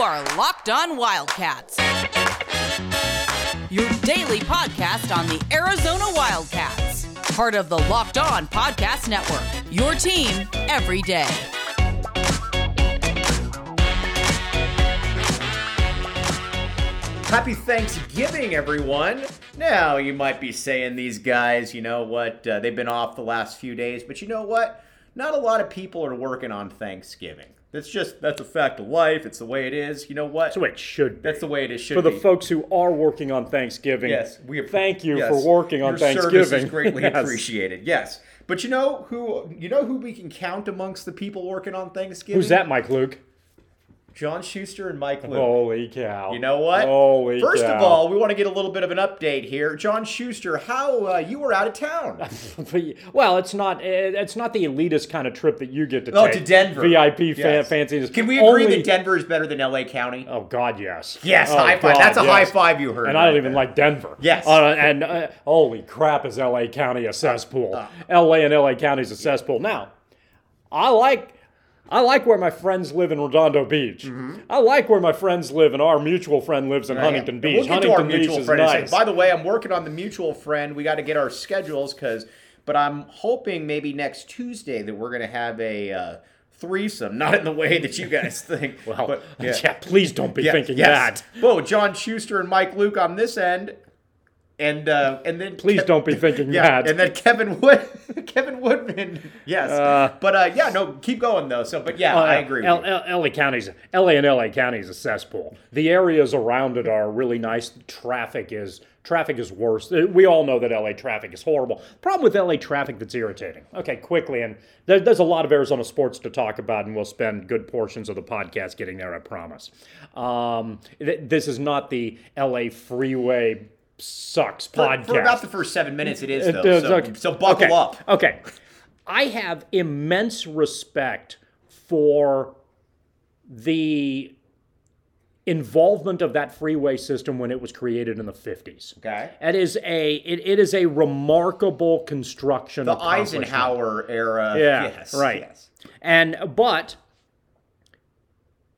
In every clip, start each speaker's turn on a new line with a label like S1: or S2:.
S1: are Locked On Wildcats. Your daily podcast on the Arizona Wildcats. Part of the Locked On Podcast Network. Your team every day.
S2: Happy Thanksgiving, everyone. Now, you might be saying these guys, you know what, uh, they've been off the last few days, but you know what? Not a lot of people are working on Thanksgiving. That's just, that's a fact of life. It's the way it is. You know what?
S3: That's the way it should be.
S2: That's the way it is. Should
S3: For the
S2: be.
S3: folks who are working on Thanksgiving,
S2: Yes, we app-
S3: thank you
S2: yes.
S3: for working on
S2: Your
S3: Thanksgiving.
S2: Service is greatly
S3: Yes.
S2: appreciated. Yes, but you know who? You know who we can count amongst the people working on Thanksgiving?
S3: Who's that, Oh, Mike Luke?
S2: John Schuster and Mike Luke.
S3: Holy cow.
S2: You know what?
S3: Holy
S2: First of
S3: cow.
S2: all, we want to get a little bit of an update here. John Schuster, how uh, you were out of town?
S3: well, it's not it- it's not the elitist kind of trip that you get to
S2: Oh,
S3: take.
S2: to Denver.
S3: VIP fan,
S2: Yes.
S3: fanciness.
S2: Can we agree
S3: Only-
S2: that Denver is better than LA County?
S3: Oh God, yes.
S2: Yes,
S3: Oh,
S2: high five.
S3: God,
S2: That's a high
S3: yes.
S2: five you heard.
S3: And I
S2: right
S3: don't even
S2: there.
S3: like Denver.
S2: Yes.
S3: Uh, and uh, holy crap, is LA County a cesspool?
S2: Uh.
S3: LA and LA County is a cesspool. Now, I like. I like where my friends live in Redondo Beach.
S2: Mm-hmm.
S3: I like where my friends live, and our mutual friend lives in Huntington
S2: And
S3: Beach.
S2: We'll get
S3: Huntington
S2: to our
S3: Beach
S2: mutual
S3: is
S2: friend. in a second.
S3: nice.
S2: By the way, I'm working on the mutual friend. We got to get our schedules because, but I'm hoping maybe next Tuesday that we're gonna have a uh, threesome. Not in the way that you guys think.
S3: well,
S2: but-
S3: Oh, yeah. please don't be
S2: Yeah,
S3: thinking
S2: yes.
S3: that.
S2: Whoa, John Schuster and Mike Luke on this end, and uh, and then
S3: Please don't be thinking
S2: Yeah,
S3: that.
S2: and then Kevin Wood, Kevin Woodman. Yes,
S3: Uh, Oh,
S2: but uh, yeah, no, keep going though. So, but yeah, I agree.
S3: L-
S2: with you.
S3: L- LA County's LA and LA County is a cesspool. The areas around it are really nice. Traffic is traffic is worse. Uh, We all know that LA traffic is horrible. Problem with LA traffic that's irritating. Okay, quickly, and there, there's a lot of Arizona sports to talk about, and we'll spend good portions of the podcast getting there. I promise. Um, th- this is not the LA freeway sucks
S2: For,
S3: podcast.
S2: for about the first seven minutes, it is
S3: It
S2: though.
S3: does,
S2: so,
S3: okay.
S2: so buckle
S3: Okay,
S2: up.
S3: Okay. I have immense respect for the involvement of that freeway system when it was created in the 50s.
S2: Okay.
S3: It is a it, it is a remarkable construction
S2: The Eisenhower era.
S3: Yeah,
S2: Yes.
S3: right.
S2: Yes.
S3: And but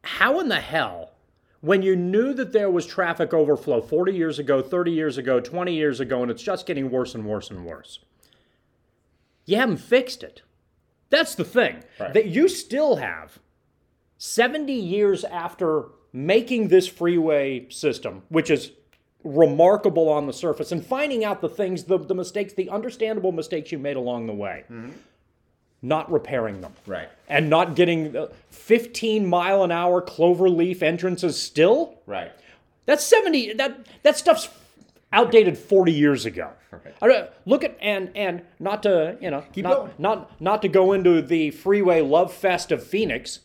S3: how in the hell when you knew that there was traffic overflow 40 years ago, 30 years ago, 20 years ago and it's just getting worse and worse and worse. You haven't fixed it. That's the thing. That you still have 70 years after making this freeway system, which is remarkable on the surface and finding out the things the, the mistakes the understandable mistakes you made along the way not repairing them
S2: Mm-hmm. Right.
S3: and not getting the 15 mile an hour cloverleaf entrances still
S2: Right.
S3: that's 70 that that stuff's outdated 40 years ago I don't- look at and and not to you know not,
S2: going.
S3: not not to go into the freeway love fest of phoenix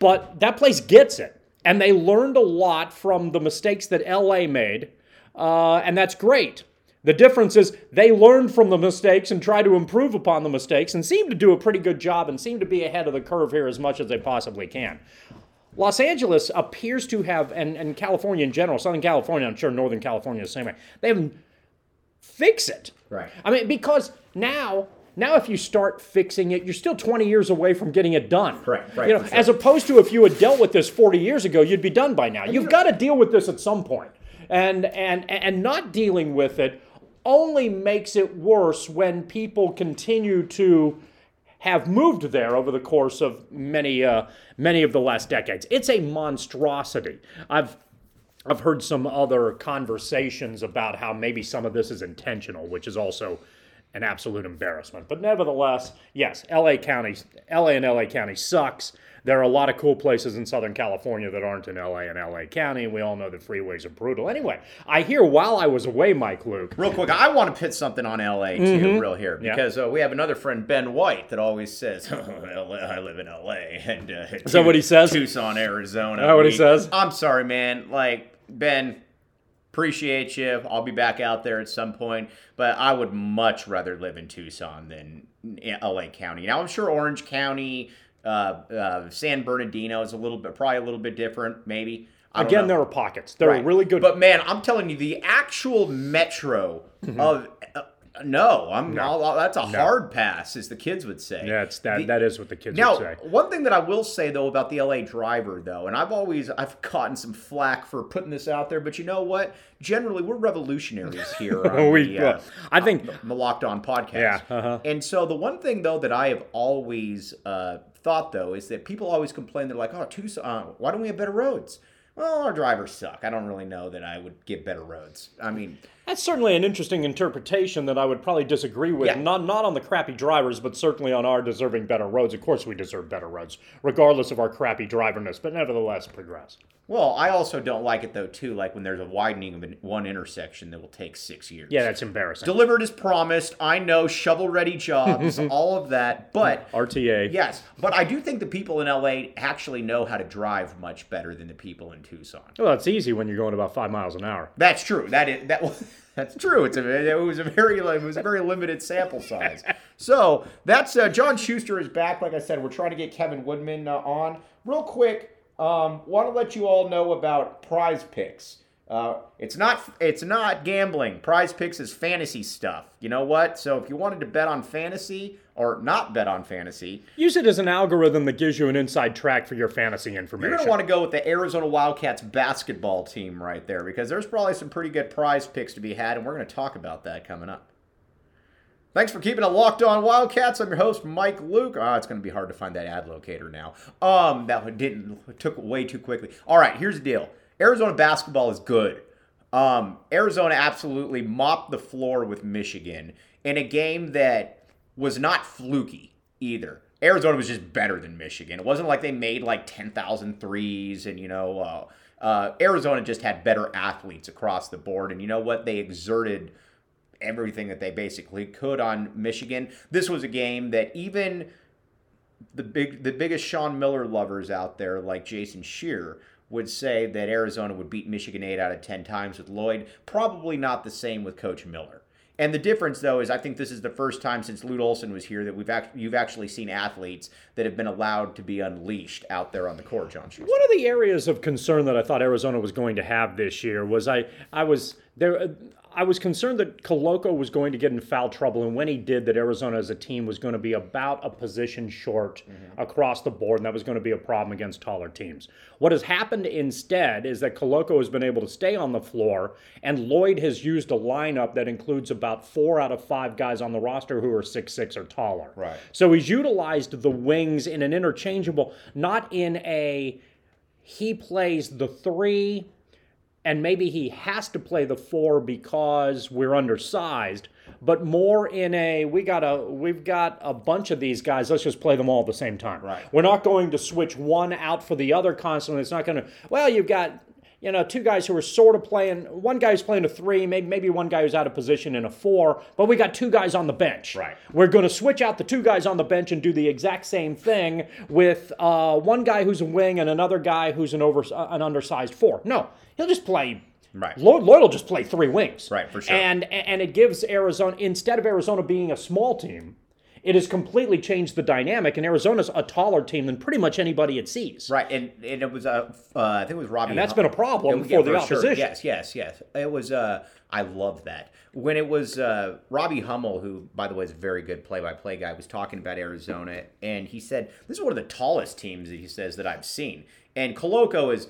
S3: but that place gets it and they learned a lot from the mistakes that la made uh, and that's great the difference is they learned from the mistakes and try to improve upon the mistakes and seem to do a pretty good job and seem to be ahead of the curve here as much as they possibly can Los Angeles appears to have, and, and California in general, Southern California, I'm sure Northern California is the same way. They haven't fix it.
S2: Right.
S3: I mean, because now, now if you start fixing it, you're still 20 years away from getting it done.
S2: Right, right,
S3: You know,
S2: for sure.
S3: as opposed to if you had dealt with this 40 years ago, you'd be done by now. You've got to deal with this at some point. And and and not dealing with it only makes it worse when people continue to have moved there over the course of many uh, many of the last decades. It's a monstrosity. I've I've heard some other conversations about how maybe some of this is intentional, which is also an absolute embarrassment. But nevertheless, yes, LA County, LA and LA County sucks. There are a lot of cool places in Southern California that aren't in LA and LA County. We all know the freeways are brutal. Anyway, I hear while I was away, Mike Luke.
S2: Real quick, I want to pit something on LA too,
S3: Mm-hmm.
S2: real here, because uh, we have another friend, Ben White, that always says, "LA, "I live in LA," and uh, is
S3: that what he says?
S2: Tucson, Arizona.
S3: that what he
S2: We-
S3: says?
S2: I'm sorry, man. Like Ben, appreciate you. I'll be back out there at some point, but I would much rather live in Tucson than in LA County. Now I'm sure Orange County, uh, uh, San Bernardino is a little bit, probably a little bit different, maybe. I don't
S3: Again,
S2: know.
S3: there are pockets. There are
S2: Right.
S3: really good
S2: But man, I'm telling you, the actual metro of uh, No, I'm. I'll- that's a hard pass, as the kids would say.
S3: That's that.
S2: The-
S3: that is what the kids
S2: Now,
S3: would say.
S2: one thing that I will say though about the LA driver though, and I've always I've gotten some flack for putting this out there, but you know what? Generally, we're revolutionaries here. on
S3: Oh,
S2: the,
S3: We-
S2: uh,
S3: well, I think-
S2: on the Locked On podcast.
S3: Yeah, uh-huh.
S2: And so the one thing though that I have always uh, thought though is that people always complain. They're like, "Oh, Tucson, why don't we have better roads?" Well, our drivers suck. I don't really know that I would get better roads. I mean,
S4: That's certainly an interesting interpretation that I would probably disagree with.
S2: Yeah.
S4: Not not on the crappy drivers, but certainly on our deserving better roads. Of course, we deserve better roads, regardless of our crappy driverness. But nevertheless, progress.
S2: well, I also don't like it though too. Like when there's a widening of an, one intersection that will take six years.
S3: Yeah, that's embarrassing.
S2: delivered as promised. I know shovel ready jobs, all of that. But
S3: RTA.
S2: yes, but I do think the people in LA actually know how to drive much better than the people in Tucson.
S3: Well, it's easy when you're going about five miles an hour.
S2: That's true. That is that was that's true. It's a, it was a very li- it was a very limited sample size. So that's uh, John Schuster is back. Like I said, we're trying to get Kevin Woodman uh, on real quick. Um, Want to let you all know about Prize Picks. Uh, it's not it's not gambling. Prize Picks is fantasy stuff. You know what? So if you wanted to bet on fantasy or not bet on fantasy,
S3: Use it as an algorithm that gives you an inside track for your fantasy
S2: You're
S3: information.
S2: going to want to go with the Arizona Wildcats basketball team right there because there's probably some pretty good prize picks to be had, and we're going to talk about that coming up. Thanks for keeping it locked on Wildcats. I'm your host Mike Luke. Ah, it's going to be hard to find that ad locator now. Um, that one didn't it took way too quickly. All right, here's the deal. Arizona basketball is good. Um, Arizona absolutely mopped the floor with Michigan in a game that was not fluky either. Arizona was just better than Michigan. It wasn't like they made like 10,000 threes and, you know, uh, uh, Arizona just had better athletes across the board. And you know what? They exerted everything that they basically could on Michigan. This was a game that even the big the biggest Sean Miller lovers out there like Jason Shear would say that Arizona would beat Michigan 8 out of 10 times with Lloyd. Probably not the same with coach Miller. And the difference though is I think this is the first time since Lute Olson was here that we've act- you've actually seen athletes that have been allowed to be unleashed out there on the court, John Schuster.
S3: One of the areas of concern that I thought Arizona was going to have this year was I I was there I was concerned that Koloko was going to get in foul trouble, and when he did, that Arizona as a team was going to be about a position short across the board, and that was going to be a problem against taller teams. What has happened instead is that Koloko has been able to stay on the floor, and Lloyd has used a lineup that includes about four out of five guys on the roster who are six six or taller.
S2: Right.
S3: So he's utilized the wings in an interchangeable, not in a he plays the three, and maybe he has to play the four because we're undersized, but more in a we got a we've got a bunch of these guys. Let's just play them all at the same time.
S2: Right.
S3: We're not going to switch one out for the other constantly. It's not going to. Well, you've got you know two guys who are sort of playing. One guy who's playing a three, maybe maybe one guy who's out of position in a four, but we got two guys on the bench.
S2: Right.
S3: We're going to switch out the two guys on the bench and do the exact same thing with uh, one guy who's a wing and another guy who's an over uh, an undersized four. No, he'll just play.
S2: Right.
S3: Lloyd, Lloyd will just play three wings.
S2: Right, for sure.
S3: And and it gives Arizona instead of Arizona being a small team, it has completely changed the dynamic. And Arizona's a taller team than pretty much anybody it sees.
S2: Right, and, and it was uh, f- uh, I think it was Robbie.
S3: And that's been a problem for the opposition.
S2: Yes, yes, yes. It was. Uh, I love that when it was uh, Robbie Hummel, who by the way is a very good play-by-play guy, was talking about Arizona, and he said this is one of the tallest teams that he says that I've seen, and Koloko is.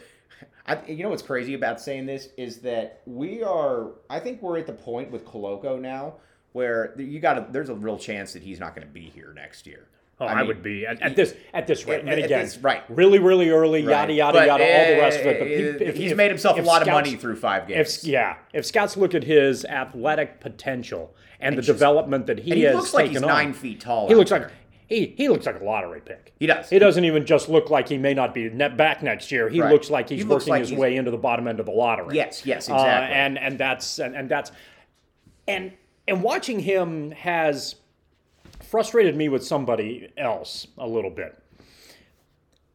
S2: I, you know what's crazy about saying this is that we are. I think we're at the point with Koloko now where you got. to There's a real chance that he's not going to be here next year.
S3: Oh, I,
S2: mean,
S3: would be at, at this at this rate.
S2: at
S3: and again,
S2: this- right.
S3: Really, really early. Yada
S2: Right.
S3: yada
S2: But,
S3: yada. all the rest of it.
S2: uh,
S3: But he- if-
S2: he's
S3: if-
S2: made himself a
S3: if
S2: lot of
S3: scouts-
S2: money through five games.
S3: If yeah, if scouts look at his athletic potential and the development that he,
S2: And he
S3: has
S2: looks like
S3: taken
S2: he's
S3: on,
S2: nine feet tall.
S3: He
S2: out
S3: looks
S2: there.
S3: like he he looks like a lottery pick.
S2: he does.
S3: He doesn't even just look like he may not be net back next year. He
S2: Right.
S3: looks like he's
S2: He looks
S3: working
S2: like
S3: his
S2: he's-
S3: way into the bottom end of the lottery.
S2: Yes, yes,
S3: Uh,
S2: exactly.
S3: and and that's and, and that's and and watching him has frustrated me with somebody else a little bit.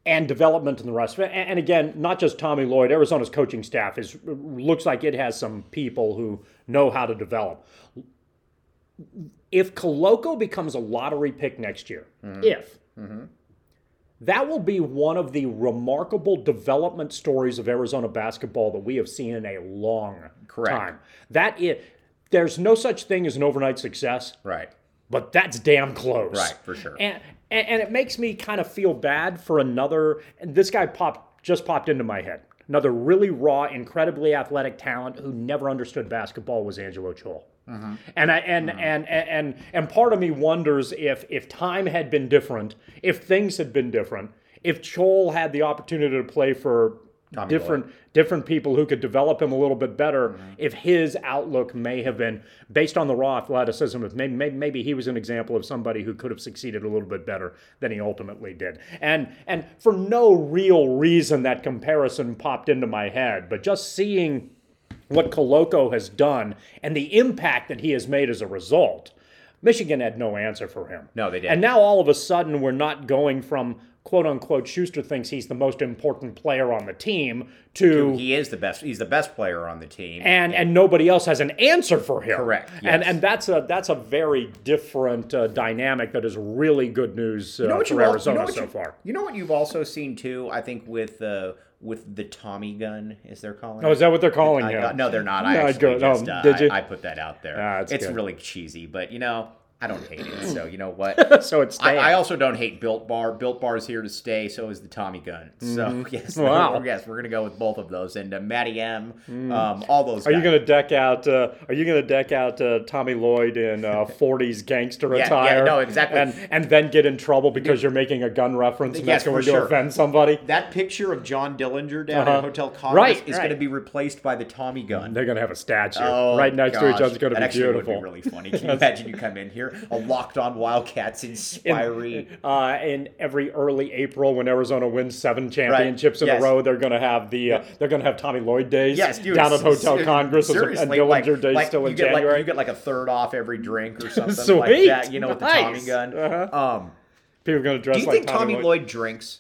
S3: And development and the rest of it. And, and again, not just Tommy Lloyd. Arizona's coaching staff is looks like it has some people who know how to develop if Coloco becomes a lottery pick next year,
S2: Mm-hmm.
S3: if that will be one of the remarkable development stories of Arizona basketball that we have seen in a long
S2: Correct.
S3: time. That is There's no such thing as an overnight success,
S2: Right.
S3: but that's damn close.
S2: Right, for sure.
S3: And, and, and it makes me kind of feel bad for another. And this guy popped just popped into my head. Another really raw, incredibly athletic talent who never understood basketball was Angelo Chol. And I and, and and and and part of me wonders if if time had been different, if things had been different, if Chol had the opportunity to play for different different people who could develop him a little bit better,
S2: Mm-hmm.
S3: if his outlook may have been based on the raw athleticism, if maybe, maybe maybe he was an example of somebody who could have succeeded a little bit better than he ultimately did. And and for no real reason that comparison popped into my head, but just seeing what Koloko has done and the impact that he has made as a result, Michigan had no answer for him.
S2: No, they didn't.
S3: And now all of a sudden, we're not going from quote unquote Schuster thinks he's the most important player on the team to.
S2: He is the best. He's the best player on the team.
S3: and, and nobody else has an answer for him.
S2: Correct,
S3: And
S2: yes.
S3: and that's a that's a very different uh, dynamic that is really good news uh, for
S2: al-
S3: Arizona
S2: what
S3: so
S2: you-
S3: far.
S2: You know what you've also seen too. I think with uh, with the Tommy gun, is they're calling.
S3: Oh, is that what they're calling
S2: I
S3: him?
S2: got- no, they're not. I
S3: Yeah,
S2: actually
S3: good. Oh,
S2: just, uh,
S3: did you?
S2: I, I put that out there.
S3: Ah, it's
S2: it's
S3: good.
S2: really cheesy, but you know, I don't hate it. So you know what?
S3: so it's
S2: I, I also don't hate Built Bar. Built Bar is here to stay. So is the Tommy Gun. So yes,
S3: Mm-hmm. Wow. Mm.
S2: we're, yes, we're gonna go with both of those and uh, Matty M. Um, all those.
S3: Are you
S2: guys.
S3: gonna deck out? Uh, are you gonna deck out uh, Tommy Lloyd in uh, '40s gangster
S2: yeah,
S3: attire?
S2: no, exactly.
S3: And and then get in trouble because you're making a gun reference and
S2: Yes,
S3: that's going
S2: for
S3: to
S2: sure.
S3: offend somebody.
S2: That picture of John Dillinger down
S3: Uh-huh.
S2: at Hotel Congress
S3: Right,
S2: is
S3: right.
S2: going to be replaced by the Tommy gun.
S3: They're going to have a statue
S2: Oh,
S3: right next to each
S2: gosh.
S3: other. It's going
S2: That
S3: to be
S2: actually
S3: beautiful.
S2: Would be really funny. Can you imagine you come in here, a locked on Wildcats inspiree?
S3: uh, in every early April, when Arizona wins seven championships in
S2: Yes.
S3: a row, they're going to have the uh, they're going to have Tommy Lloyd days
S2: Yes, dude.
S3: down at Hotel
S2: ser-
S3: Congress and- and
S2: seriously,
S3: Dillinger
S2: like-
S3: days
S2: like,
S3: still
S2: you
S3: in
S2: get
S3: January.
S2: Like, you get like a third off every drink or something like
S3: Sweet.
S2: that. You know, with the Tommy
S3: Nice.
S2: gun.
S3: Uh-huh.
S2: Um,
S3: People are going to dress
S2: do you
S3: like
S2: think Tommy Lloyd, drinks?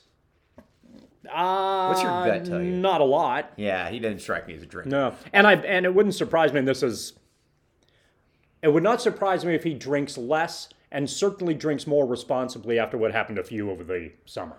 S3: Uh,
S2: What's your gut tell you?
S3: Not a lot.
S2: Yeah, he didn't strike me as a drinker.
S3: No, and I and it wouldn't surprise me. And this is, it would not surprise me if he drinks less and certainly drinks more responsibly after what happened to few over the summer.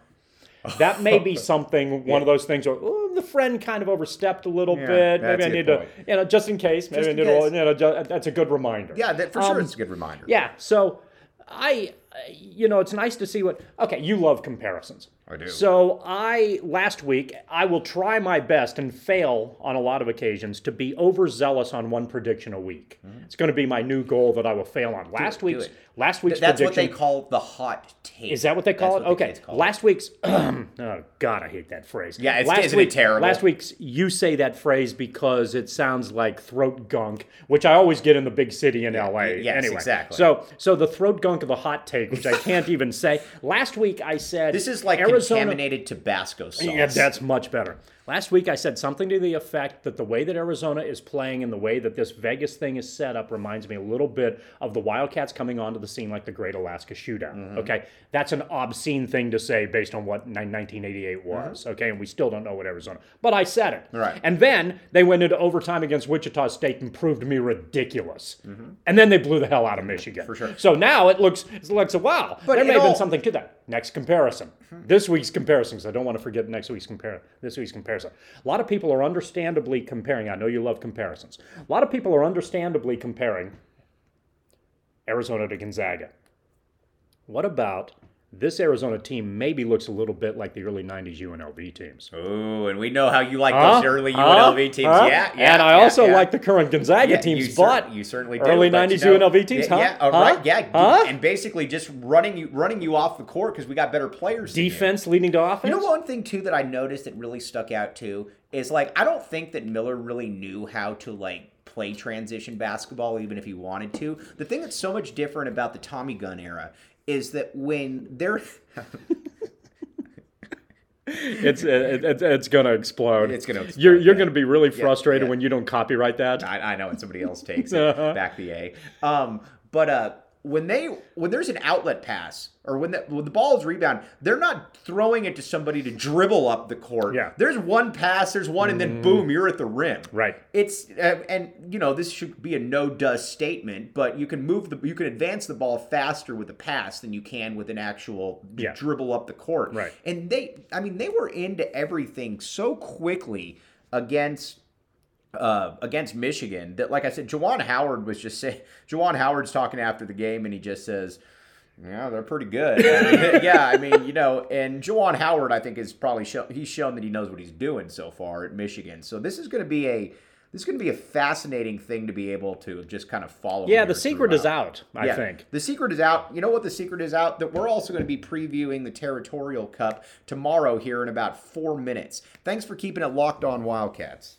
S3: That may be something. One of those things where "Ooh, the friend kind of overstepped a little
S2: Yeah,
S3: bit.
S2: that's
S3: Maybe I
S2: a good
S3: need
S2: point.
S3: to, you know, just in case. Maybe
S2: Just
S3: I
S2: in
S3: need to,
S2: case.
S3: you know, ju- that's a good reminder.
S2: Yeah, that, for sure, it's a good reminder.
S3: Um, Yeah. So I, you know, it's nice to see what. Okay, you love comparisons.
S2: I do.
S3: So I last week I will try my best and fail on a lot of occasions to be overzealous on one prediction a week. It's going to be my new goal that I will fail on. Last
S2: Mm-hmm. do
S3: week's
S2: it.
S3: last week's
S2: that's what
S3: prediction.
S2: they call the hot take.
S3: Is that what they call
S2: That's
S3: it?
S2: what the
S3: okay.
S2: kids call it.
S3: last week's oh god, I hate that phrase.
S2: Yeah, it's-
S3: last
S2: isn't it terrible?
S3: Last week's you say that phrase because it sounds like throat gunk, which I always get in the big city in LA.
S2: yes,
S3: anyway,
S2: exactly.
S3: So so the throat gunk of the hot take, which I can't even say. Last week I said
S2: This is like
S3: Arizona.
S2: contaminated Tabasco sauce.
S3: Yeah, that's much better. Last week I said something to the effect that the way that Arizona is playing and the way that this Vegas thing is set up reminds me a little bit of the Wildcats coming onto the scene like the Great Alaska Shootout. Okay, that's an obscene thing to say based on what ni- 1988 was. Okay, and we still don't know what Arizona, but I said it.
S2: Right.
S3: And then they went into overtime against Wichita State and proved me ridiculous. And then they blew the hell out of Michigan. For
S2: sure.
S3: So now it looks it looks a wow. But there
S2: it
S3: may have
S2: all- Mm-hmm.
S3: been something to that. Next comparison. This week's comparison, 'cause I don't want to forget next week's compare this week's comparison. A lot of people are understandably comparing. I know you love comparisons. A lot of people are understandably comparing Arizona to Gonzaga. What about this Arizona team maybe looks a little bit like the early 90s UNLV teams.
S2: Ooh, and we know how you like
S3: Huh?
S2: those early
S3: Huh?
S2: UNLV teams.
S3: Huh?
S2: Yeah, yeah.
S3: And I
S2: yeah,
S3: also
S2: yeah.
S3: like the current Gonzaga
S2: Yeah,
S3: teams,
S2: you cer-
S3: but
S2: you certainly do,
S3: early
S2: but you
S3: '90s
S2: know-
S3: UNLV teams,
S2: yeah,
S3: huh?
S2: Yeah, all
S3: Huh?
S2: right, yeah, dude,
S3: Huh?
S2: and basically just running you, running you off the court because we got better players. than you.
S3: defense leading to offense.
S2: You know, one thing too that I noticed that really stuck out too is like I don't think that Miller really knew how to like play transition basketball, even if he wanted to. The thing that's so much different about the Tommy Gun era is that when they're
S3: It's it, it, it's gonna explode.
S2: It's gonna explode,
S3: You're you're
S2: yeah.
S3: gonna be really frustrated
S2: yeah.
S3: when you don't copyright that.
S2: I, I know, and somebody else takes it. Back the A. Um, but uh, when they when there's an outlet pass or when the when the ball is rebound, they're not throwing it to somebody to dribble up the court.
S3: Yeah. Mm-hmm.
S2: There's one pass, there's one, and then boom, you're at the rim.
S3: Right.
S2: It's uh, and you know this should be a no does statement, but you can move the you can advance the ball faster with a pass than you can with an actual
S3: Yeah.
S2: dribble up the court.
S3: Right.
S2: And they, I mean, they were into everything so quickly against uh, against Michigan that, like I said, Jawan Howard was just saying, Jawan Howard's talking after the game and he just says, yeah, they're pretty good. I mean, yeah, I mean, you know, and Jawan Howard, I think, is probably show, he's shown that he knows what he's doing so far at Michigan. So this is going to be a this is going to be a fascinating thing to be able to just kind of follow.
S3: Yeah,
S2: here
S3: the secret
S2: throughout.
S3: is out, I
S2: Yeah,
S3: think.
S2: The secret is out. You know what the secret is out? That we're also going to be previewing the Territorial Cup tomorrow here in about four minutes. Thanks for keeping it locked on Wildcats.